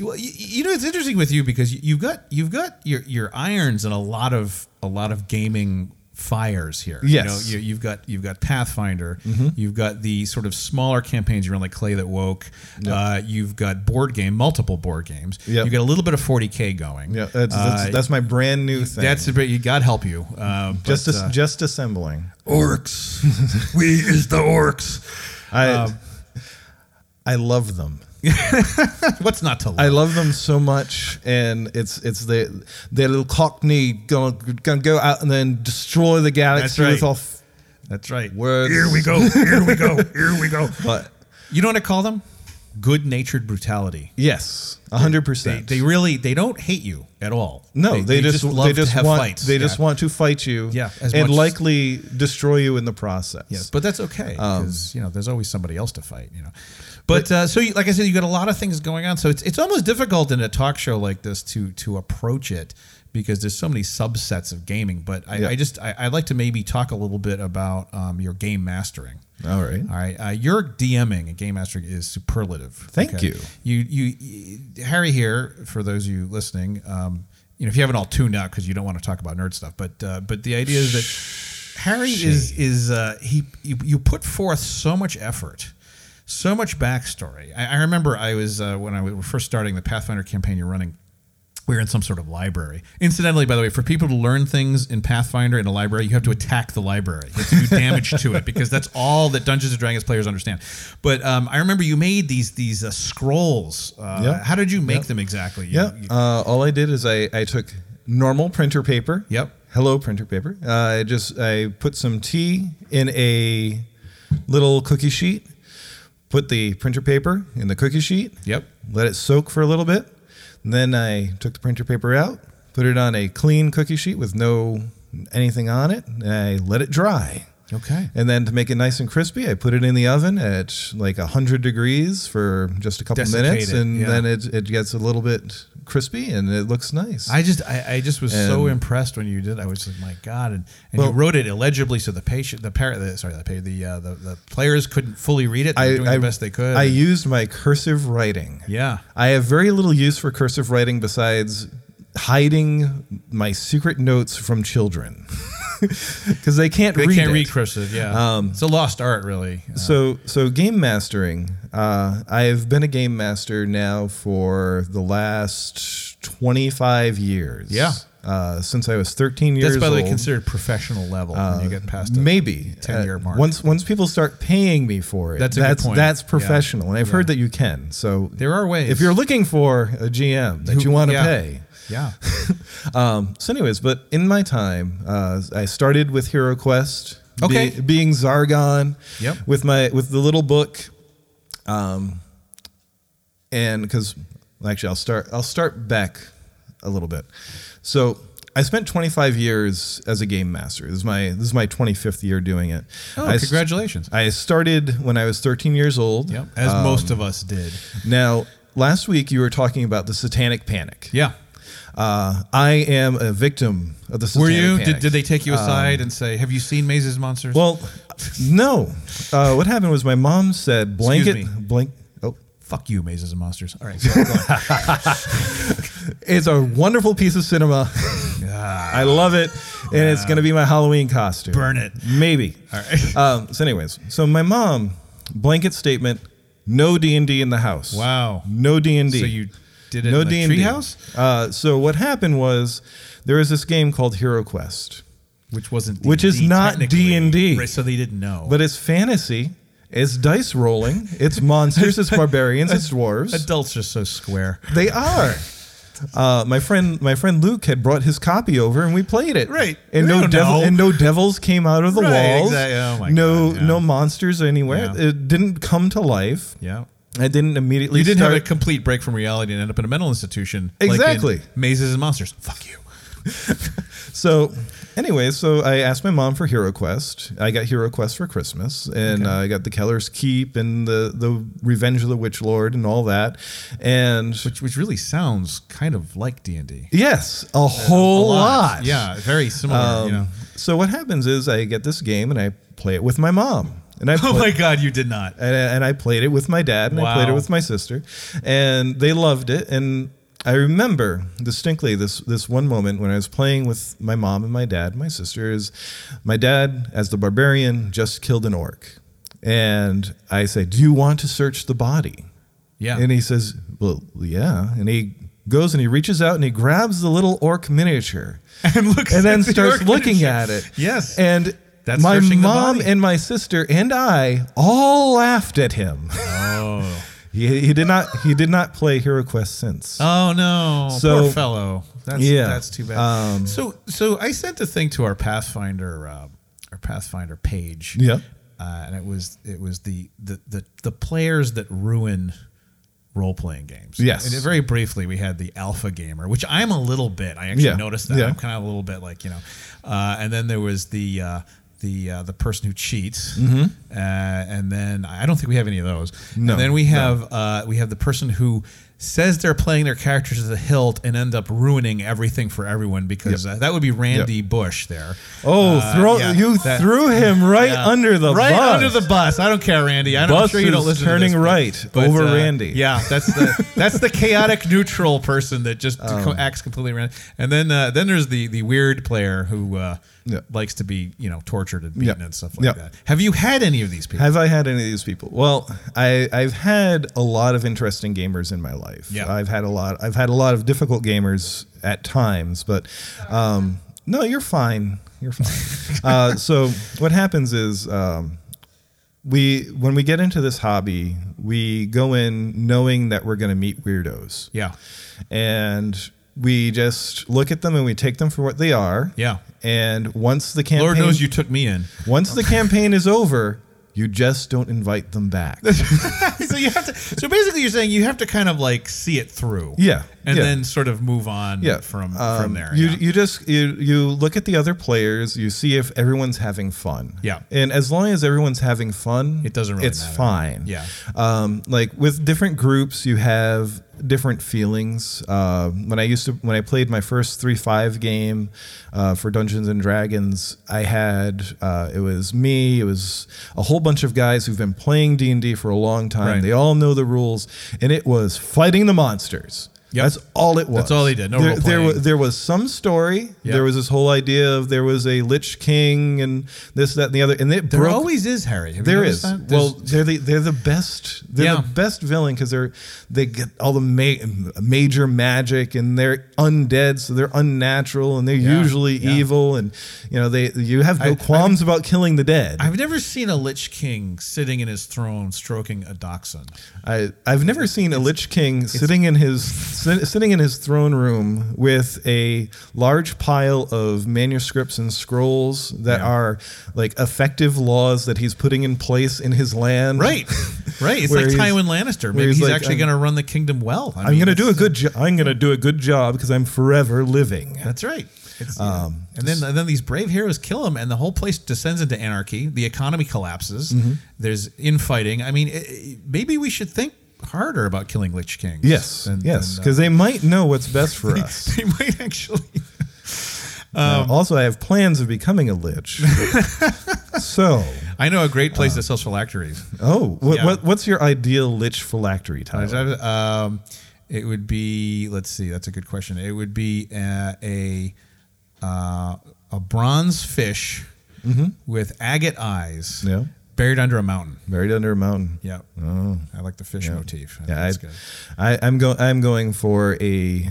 [SPEAKER 1] Well, you, you know it's interesting with you because you- you've got you've got your your irons and a lot of a lot of gaming fires here. you
[SPEAKER 2] Yes. Mm-hmm.
[SPEAKER 1] know, you, you've got you've got Pathfinder, you've got the sort of smaller campaigns you run like Clay that woke, uh, you've got board game, multiple board games,
[SPEAKER 2] Yep.
[SPEAKER 1] you've got a little bit of 40k going.
[SPEAKER 2] Yeah, that's, that's,
[SPEAKER 1] Uh,
[SPEAKER 2] that's my brand new thing.
[SPEAKER 1] that's a bit. You God help you. Uh, but,
[SPEAKER 2] just as-
[SPEAKER 1] uh,
[SPEAKER 2] just assembling.
[SPEAKER 1] orcs. we is the orcs.
[SPEAKER 2] I
[SPEAKER 1] um,
[SPEAKER 2] I love them.
[SPEAKER 1] What's not to love?
[SPEAKER 2] I love them so much, and it's it's the their little cockney gonna gonna go out and then destroy the galaxy
[SPEAKER 1] right.
[SPEAKER 2] with off
[SPEAKER 1] That's right.
[SPEAKER 2] words.
[SPEAKER 3] go. Here we go. Here we go.
[SPEAKER 2] But
[SPEAKER 1] You know what I call them? Good-natured brutality.
[SPEAKER 2] yes, hundred
[SPEAKER 1] They,
[SPEAKER 2] percent.
[SPEAKER 1] they really they don't hate you at all.
[SPEAKER 2] No, they, just,
[SPEAKER 1] love
[SPEAKER 2] they just
[SPEAKER 1] to have
[SPEAKER 2] want
[SPEAKER 1] fights.
[SPEAKER 2] they just
[SPEAKER 1] Yeah.
[SPEAKER 2] want to fight you,
[SPEAKER 1] Yeah, as
[SPEAKER 2] and
[SPEAKER 1] much-
[SPEAKER 2] likely destroy you in the process.
[SPEAKER 1] Yes, but that's okay
[SPEAKER 2] um,
[SPEAKER 1] because you know there's always somebody else to fight. You know, but, uh, so you, like I said, you got a lot of things going on. So it's it's almost difficult in a talk show like this to to approach it because there's so many subsets of gaming. But I,
[SPEAKER 2] Yeah.
[SPEAKER 1] I just I, I'd like to maybe talk a little bit about um, your game mastering.
[SPEAKER 2] all right.
[SPEAKER 1] All right, uh, your DMing and game mastering is superlative.
[SPEAKER 2] Thank you.
[SPEAKER 1] You, you, you- Harry here. For those of you listening, um, you know if you haven't all tuned out because you don't want to talk about nerd stuff, but uh, but the idea is that Harry is is uh, he you, you put forth so much effort. So much backstory. I, I remember I was uh, when I was first starting the Pathfinder campaign you're running we were in some sort of library. Incidentally, by the way, for people to learn things in Pathfinder in a library, you have to attack the library. You have to do damage to it because that's all that Dungeons and Dragons players understand. But um, I remember you made these these uh, scrolls. Uh,
[SPEAKER 2] Yeah.
[SPEAKER 1] How did you make them exactly? You-
[SPEAKER 2] Yeah.
[SPEAKER 1] you-
[SPEAKER 2] Uh, all I did is I, I took normal printer paper.
[SPEAKER 1] Yep.
[SPEAKER 2] Hello, printer paper. Uh, I just I put some tea in a little cookie sheet. Put the printer paper in the cookie sheet.
[SPEAKER 1] Yep.
[SPEAKER 2] Let it soak for a little bit. And then I took the printer paper out, put it on a clean cookie sheet with no anything on it. and I let it dry.
[SPEAKER 1] Okay.
[SPEAKER 2] And then to make it nice and crispy, I put it in the oven at like 100 degrees for just a couple
[SPEAKER 1] Desiccate
[SPEAKER 2] minutes.
[SPEAKER 1] it,
[SPEAKER 2] And
[SPEAKER 1] yeah.
[SPEAKER 2] then it, it gets a little bit crispy and it looks nice.
[SPEAKER 1] I just I, I just was so
[SPEAKER 2] And-
[SPEAKER 1] impressed when you did. I was like, my God! And, and
[SPEAKER 2] Well-
[SPEAKER 1] you wrote it illegibly, so the patient, the parent, the, sorry, the pa- the, uh, the the players couldn't fully read it. They were doing the best they could.
[SPEAKER 2] I used my cursive writing.
[SPEAKER 1] yeah.
[SPEAKER 2] I have very little use for cursive writing besides hiding my secret notes from children because they can't
[SPEAKER 1] They
[SPEAKER 2] read
[SPEAKER 1] can't
[SPEAKER 2] it.
[SPEAKER 1] read cursive. Yeah.
[SPEAKER 2] Um,
[SPEAKER 1] it's a lost art, really. Uh,
[SPEAKER 2] So, so game mastering. Uh, I have been a game master now for the last twenty five years.
[SPEAKER 1] Yeah,
[SPEAKER 2] uh, since I was 13 years
[SPEAKER 1] That's by the way
[SPEAKER 2] old. Uh,
[SPEAKER 1] considered professional level when you get past it.
[SPEAKER 2] maybe Uh,
[SPEAKER 1] 10-year mark.
[SPEAKER 2] Once once people start paying me for it,
[SPEAKER 1] That's a good
[SPEAKER 2] that's
[SPEAKER 1] point.
[SPEAKER 2] that's
[SPEAKER 1] Yeah.
[SPEAKER 2] professional, and I've heard that you can. So
[SPEAKER 1] There are ways.
[SPEAKER 2] If you're looking for a GM that
[SPEAKER 1] Who-
[SPEAKER 2] you want to
[SPEAKER 1] yeah.
[SPEAKER 2] pay,
[SPEAKER 1] Yeah.
[SPEAKER 2] um, so anyways, but in my time, uh, I started with Hero Quest.
[SPEAKER 1] Okay.
[SPEAKER 2] be- being Zargon.
[SPEAKER 1] Yep.
[SPEAKER 2] With my with the little book, um, and because actually I'll start I'll start back a little bit. So I spent 25 years as a game master. This is my this is my 25th year doing it.
[SPEAKER 1] Oh,
[SPEAKER 2] I s-
[SPEAKER 1] congratulations.
[SPEAKER 2] I started when I was 13 years old.
[SPEAKER 1] Yep. As
[SPEAKER 2] Um,
[SPEAKER 1] most of us did.
[SPEAKER 2] Now, last week you were talking about the Satanic Panic.
[SPEAKER 1] Yeah.
[SPEAKER 2] Uh, I am a victim of the
[SPEAKER 1] Were
[SPEAKER 2] Satanic
[SPEAKER 1] you?
[SPEAKER 2] Panic.
[SPEAKER 1] Did, did they take you aside and say, "Have you seen Mazes Monsters"?
[SPEAKER 2] Um, Well, no. Uh, what happened was my mom said blanket
[SPEAKER 1] me.
[SPEAKER 2] blank. Oh,
[SPEAKER 1] fuck you, Mazes and Monsters. All right. sorry, go on.
[SPEAKER 2] it's a wonderful piece of cinema.
[SPEAKER 1] Ah,
[SPEAKER 2] I love it, and it's going to be my Halloween costume.
[SPEAKER 1] Burn it.
[SPEAKER 2] Maybe.
[SPEAKER 1] All right.
[SPEAKER 2] Um, so, anyways, so my mom blanket statement: no D and D in the house.
[SPEAKER 1] Wow.
[SPEAKER 2] No D and D.
[SPEAKER 1] So you did it
[SPEAKER 2] no
[SPEAKER 1] in the
[SPEAKER 2] D&D.
[SPEAKER 1] treehouse,
[SPEAKER 2] Uh, so what happened was there was this game called Hero Quest,
[SPEAKER 1] which wasn't D&D
[SPEAKER 2] Which is not
[SPEAKER 1] technically.
[SPEAKER 2] D&D.
[SPEAKER 1] Right, so they didn't know.
[SPEAKER 2] but it's fantasy. It's dice rolling. It's monsters. It's barbarians. It's dwarves.
[SPEAKER 1] adults are so square.
[SPEAKER 2] They are. Uh, my friend, my friend Luke had brought his copy over, and we played it.
[SPEAKER 1] Right.
[SPEAKER 2] and
[SPEAKER 1] We
[SPEAKER 2] no
[SPEAKER 1] don't
[SPEAKER 2] devil,
[SPEAKER 1] know.
[SPEAKER 2] and no devils came out of the
[SPEAKER 1] Right,
[SPEAKER 2] walls.
[SPEAKER 1] exactly. Oh my
[SPEAKER 2] no,
[SPEAKER 1] God, yeah.
[SPEAKER 2] no monsters anywhere.
[SPEAKER 1] Yeah.
[SPEAKER 2] It didn't come to life.
[SPEAKER 1] Yeah.
[SPEAKER 2] I didn't immediately.
[SPEAKER 1] You didn't
[SPEAKER 2] start,
[SPEAKER 1] have a complete break from reality and end up in a mental institution.
[SPEAKER 2] Exactly.
[SPEAKER 1] Like in Mazes and Monsters. Fuck you.
[SPEAKER 2] So, anyway, so I asked my mom for Hero Quest. I got Hero Quest for Christmas, and uh, I got the Keller's Keep and the the Revenge of the Witch Lord and all that. And
[SPEAKER 1] Which, which really sounds kind of like D&D.
[SPEAKER 2] yes, a whole lot.
[SPEAKER 1] Yeah, very similar.
[SPEAKER 2] Um,
[SPEAKER 1] you know.
[SPEAKER 2] So what happens is I get this game and I play it with my mom, and I
[SPEAKER 1] Oh my
[SPEAKER 2] play-
[SPEAKER 1] God, you did not.
[SPEAKER 2] and, and I played it with my dad, and I played it
[SPEAKER 1] Wow.
[SPEAKER 2] with my sister, and they loved it. And I remember distinctly this this one moment when I was playing with my mom and my dad, my sister is, my dad as the barbarian just killed an orc, and I say, "Do you want to search the body?"
[SPEAKER 1] Yeah.
[SPEAKER 2] And he says, "Well, yeah," and he goes and he reaches out and he grabs the little orc miniature
[SPEAKER 1] and looks
[SPEAKER 2] and
[SPEAKER 1] at
[SPEAKER 2] then
[SPEAKER 1] the
[SPEAKER 2] starts looking
[SPEAKER 1] organization.
[SPEAKER 2] at it.
[SPEAKER 1] Yes.
[SPEAKER 2] And
[SPEAKER 1] That's
[SPEAKER 2] my
[SPEAKER 1] searching the
[SPEAKER 2] mom
[SPEAKER 1] body.
[SPEAKER 2] and my sister and I all laughed at him.
[SPEAKER 1] oh.
[SPEAKER 2] he, he did not he did not play Hero Quest since.
[SPEAKER 1] Oh no,
[SPEAKER 2] So-
[SPEAKER 1] poor fellow. That's
[SPEAKER 2] Yeah.
[SPEAKER 1] that's too bad.
[SPEAKER 2] Um,
[SPEAKER 1] so so I sent a thing to our Pathfinder uh, our Pathfinder page.
[SPEAKER 2] Yeah.
[SPEAKER 1] Uh, and it was it was the the the, the players that ruin role playing games.
[SPEAKER 2] Yes.
[SPEAKER 1] And very briefly, we had the alpha gamer, which I'm a little bit. I actually
[SPEAKER 2] Yeah.
[SPEAKER 1] noticed that.
[SPEAKER 2] Yeah.
[SPEAKER 1] I'm kind of a little bit like you know. Uh, and then there was the. Uh, the, uh, the person who cheats, uh, and then I don't think we have any of those.
[SPEAKER 2] Mm-hmm. No.
[SPEAKER 1] and then we have uh, we have the person who says they're playing their characters to the hilt and end up ruining everything for everyone because uh, that would be Randy Bush there.
[SPEAKER 2] oh,
[SPEAKER 1] Uh,
[SPEAKER 2] throw
[SPEAKER 1] yeah,
[SPEAKER 2] you
[SPEAKER 1] that-
[SPEAKER 2] threw him right
[SPEAKER 1] yeah.
[SPEAKER 2] under the
[SPEAKER 1] right
[SPEAKER 2] bus.
[SPEAKER 1] under the bus. I don't care, Randy. I don't, I'm
[SPEAKER 2] Bus
[SPEAKER 1] sure you
[SPEAKER 2] is
[SPEAKER 1] don't listen.
[SPEAKER 2] turning
[SPEAKER 1] to this, uh,
[SPEAKER 2] right over Randy.
[SPEAKER 1] Yeah, that's the that's the chaotic neutral person that just
[SPEAKER 2] Oh.
[SPEAKER 1] co- acts completely random. And then uh, then there's the the weird player who uh,
[SPEAKER 2] Yeah.
[SPEAKER 1] likes to be you know tortured and beaten
[SPEAKER 2] Yeah.
[SPEAKER 1] and stuff like
[SPEAKER 2] Yeah.
[SPEAKER 1] that. Have you had any of these people?
[SPEAKER 2] Have I had any of these people? Well, I, I've had a lot of interesting gamers in my life.
[SPEAKER 1] Yeah.
[SPEAKER 2] I've had a lot. I've had a lot of difficult gamers at times, but um, no, you're fine. You're fine. uh, so what happens is um, we when we get into this hobby, we go in knowing that we're going to meet weirdos,
[SPEAKER 1] yeah,
[SPEAKER 2] and we just look at them and we take them for what they are.
[SPEAKER 1] Yeah.
[SPEAKER 2] And once the campaign
[SPEAKER 1] Lord knows you took me in.
[SPEAKER 2] once the campaign is over, you just don't invite them back.
[SPEAKER 1] so you have to. So basically, you're saying you have to kind of like see it through.
[SPEAKER 2] Yeah,
[SPEAKER 1] and
[SPEAKER 2] yeah.
[SPEAKER 1] then sort of move on.
[SPEAKER 2] Yeah,
[SPEAKER 1] from
[SPEAKER 2] Um,
[SPEAKER 1] from there.
[SPEAKER 2] You
[SPEAKER 1] yeah.
[SPEAKER 2] you just you you look at the other players. You see if everyone's having fun.
[SPEAKER 1] Yeah.
[SPEAKER 2] and as long as everyone's having fun,
[SPEAKER 1] It doesn't really
[SPEAKER 2] It's
[SPEAKER 1] matter.
[SPEAKER 2] fine.
[SPEAKER 1] Yeah.
[SPEAKER 2] um, like with different groups, you have different feelings. Uh, when I used to when I played my first three five game uh, for Dungeons and Dragons, I had uh, it was me, it was a whole bunch of guys who've been playing D and D for a long time.
[SPEAKER 1] Right.
[SPEAKER 2] They all know the rules, and it was fighting the monsters.
[SPEAKER 1] Yep.
[SPEAKER 2] That's all it was.
[SPEAKER 1] That's all they did. No
[SPEAKER 2] there,
[SPEAKER 1] role
[SPEAKER 2] there,
[SPEAKER 1] playing.
[SPEAKER 2] wa- there was some story.
[SPEAKER 1] Yep.
[SPEAKER 2] There was this whole idea of there was a Lich King and this, that, and the other, and it
[SPEAKER 1] There
[SPEAKER 2] broke.
[SPEAKER 1] always is Harry. Have you
[SPEAKER 2] There
[SPEAKER 1] noticed
[SPEAKER 2] is.
[SPEAKER 1] that?
[SPEAKER 2] Well,
[SPEAKER 1] There's-
[SPEAKER 2] they're the they're the best. They're
[SPEAKER 1] Yeah.
[SPEAKER 2] the best villain because they're they get all the ma- major magic and they're undead, so they're unnatural and they're
[SPEAKER 1] Yeah,
[SPEAKER 2] usually
[SPEAKER 1] yeah.
[SPEAKER 2] evil and you know they you have no
[SPEAKER 1] I-
[SPEAKER 2] qualms about killing the dead.
[SPEAKER 1] I've never seen a Lich King sitting in his throne stroking a dachshund.
[SPEAKER 2] I I've never seen a Lich King sitting in his sit, sitting in his throne room with a large pile of manuscripts and scrolls that
[SPEAKER 1] Yeah.
[SPEAKER 2] are like effective laws that he's putting in place in his land.
[SPEAKER 1] Right, right. It's
[SPEAKER 2] Where
[SPEAKER 1] like
[SPEAKER 2] he's-
[SPEAKER 1] Tywin Lannister. Maybe
[SPEAKER 2] he's
[SPEAKER 1] he's,
[SPEAKER 2] like,
[SPEAKER 1] actually
[SPEAKER 2] I'm-
[SPEAKER 1] going to run the kingdom well. I
[SPEAKER 2] I'm
[SPEAKER 1] mean,
[SPEAKER 2] gonna do a
[SPEAKER 1] it's-
[SPEAKER 2] good job. I'm gonna do a good job because I'm forever living.
[SPEAKER 1] That's right. It's, yeah.
[SPEAKER 2] Um,
[SPEAKER 1] and then and then these brave heroes kill him, and the whole place descends into anarchy. The economy collapses.
[SPEAKER 2] Mm-hmm.
[SPEAKER 1] There's infighting. I mean, it, it- maybe we should think harder about killing Lich Kings.
[SPEAKER 2] Yes,
[SPEAKER 1] And-
[SPEAKER 2] yes,
[SPEAKER 1] and, uh,
[SPEAKER 2] because they might know what's best for us.
[SPEAKER 1] they might actually. Um,
[SPEAKER 2] Uh, also, I have plans of becoming a lich. so,
[SPEAKER 1] I know a great place that sells phylacteries.
[SPEAKER 2] oh, what,
[SPEAKER 1] Yeah.
[SPEAKER 2] what, what's your ideal lich phylactery title?
[SPEAKER 1] Um, it would be. Let's see. That's a good question. It would be uh, a uh, a bronze fish with agate eyes,
[SPEAKER 2] Mm-hmm. Yeah.
[SPEAKER 1] buried under a mountain.
[SPEAKER 2] Buried under a mountain.
[SPEAKER 1] Yeah. I like the fish motif. I think
[SPEAKER 2] Oh. Yeah,
[SPEAKER 1] it's good.
[SPEAKER 2] I, I, I'm going. I'm going for a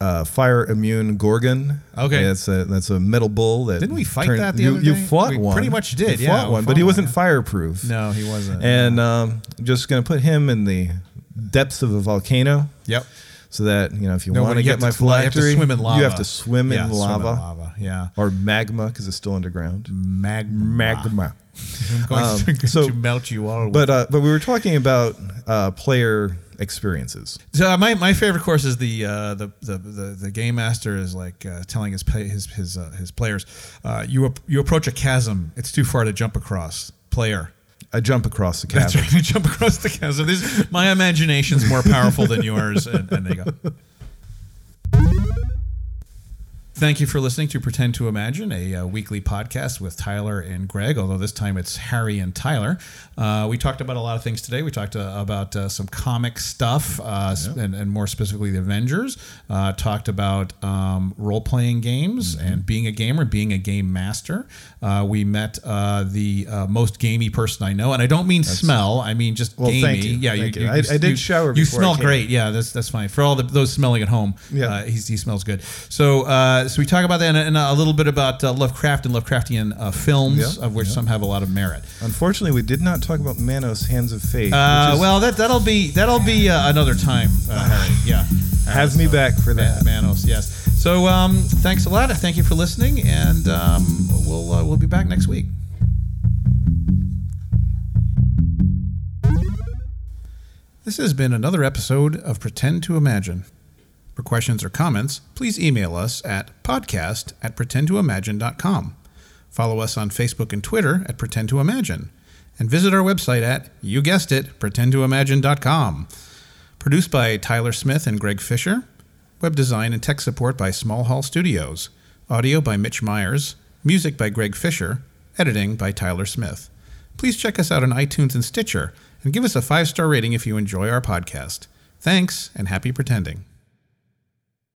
[SPEAKER 2] uh, fire immune gorgon.
[SPEAKER 1] Okay.
[SPEAKER 2] that's a that's a metal bull that
[SPEAKER 1] Didn't we fight that the
[SPEAKER 2] you,
[SPEAKER 1] other
[SPEAKER 2] You
[SPEAKER 1] day?
[SPEAKER 2] fought
[SPEAKER 1] We
[SPEAKER 2] one.
[SPEAKER 1] pretty much did,
[SPEAKER 2] You
[SPEAKER 1] yeah,
[SPEAKER 2] fought
[SPEAKER 1] we
[SPEAKER 2] one,
[SPEAKER 1] fought
[SPEAKER 2] but he
[SPEAKER 1] one,
[SPEAKER 2] wasn't
[SPEAKER 1] yeah.
[SPEAKER 2] fireproof.
[SPEAKER 1] No, he wasn't.
[SPEAKER 2] and um, just gonna put him in the depths of a volcano.
[SPEAKER 1] yep.
[SPEAKER 2] So that you know, if you
[SPEAKER 1] No,
[SPEAKER 2] want to
[SPEAKER 1] you
[SPEAKER 2] get
[SPEAKER 1] have
[SPEAKER 2] my
[SPEAKER 1] fly- you have
[SPEAKER 2] phylactery,
[SPEAKER 1] to swim in lava.
[SPEAKER 2] You have to swim in
[SPEAKER 1] Yeah,
[SPEAKER 2] lava,
[SPEAKER 1] lava. Yeah.
[SPEAKER 2] or magma because it's still underground.
[SPEAKER 1] Magma.
[SPEAKER 2] Magma.
[SPEAKER 1] I'm going
[SPEAKER 2] Um,
[SPEAKER 1] to, going
[SPEAKER 2] so-
[SPEAKER 1] to melt you all.
[SPEAKER 2] But uh, but we were talking about uh, player experiences.
[SPEAKER 1] So uh, my, my favorite course is the uh, the, the the the game master is like uh, telling his play, his his uh, his players, uh, you ap- you approach a chasm, it's too far to jump across. Player,
[SPEAKER 2] I jump across the
[SPEAKER 1] that's
[SPEAKER 2] chasm.
[SPEAKER 1] right, you jump across the chasm. This, my imagination's more powerful than yours, and, and they go. Thank you for listening to Pretend to Imagine, a uh, weekly podcast with Tyler and Greg, although this time it's Harry and Tyler. Uh, we talked about a lot of things today. We talked uh, about uh, some comic stuff, uh, s- and, and more specifically, the Avengers. Uh, talked about um, role playing games
[SPEAKER 2] Mm-hmm.
[SPEAKER 1] and being a gamer, being a game master. Uh, we met uh, the uh, most gamey person I know, and I don't mean smell, I mean just
[SPEAKER 2] Well,
[SPEAKER 1] gamey.
[SPEAKER 2] thank you.
[SPEAKER 1] Yeah,
[SPEAKER 2] Thank you. I- I did shower
[SPEAKER 1] You
[SPEAKER 2] before I
[SPEAKER 1] smell
[SPEAKER 2] came.
[SPEAKER 1] great. Yeah, that's that's fine for all the, those smelling at home.
[SPEAKER 2] Yeah.
[SPEAKER 1] uh, he's, he smells good. So uh, so we talk about that and, and a little bit about uh, Lovecraft and Lovecraftian uh, films,
[SPEAKER 2] Yeah,
[SPEAKER 1] of which some have a lot of merit.
[SPEAKER 2] Unfortunately, we did not talk about Manos Hands of Fate.
[SPEAKER 1] Uh,
[SPEAKER 2] which is-
[SPEAKER 1] well, that that'll be that'll be uh, another time, uh, Harry. Yeah,
[SPEAKER 2] have me back for that.
[SPEAKER 1] Manos. Yes. So um, thanks a lot. Thank you for listening, and um, we'll uh, we'll be back next week. This has been another episode of Pretend to Imagine. For questions or comments, please email us at podcast at pretendtoimagine.com. Follow us on Facebook and Twitter at Pretend to Imagine. And visit our website at, you guessed it, pretendtoimagine.com. Produced by Tyler Smith and Greg Fisher. Web design and tech support by Small Hall Studios. Audio by Mitch Myers. Music by Greg Fisher. Editing by Tyler Smith. Please check us out on iTunes and Stitcher and give us a five star rating if you enjoy our podcast. Thanks and happy pretending.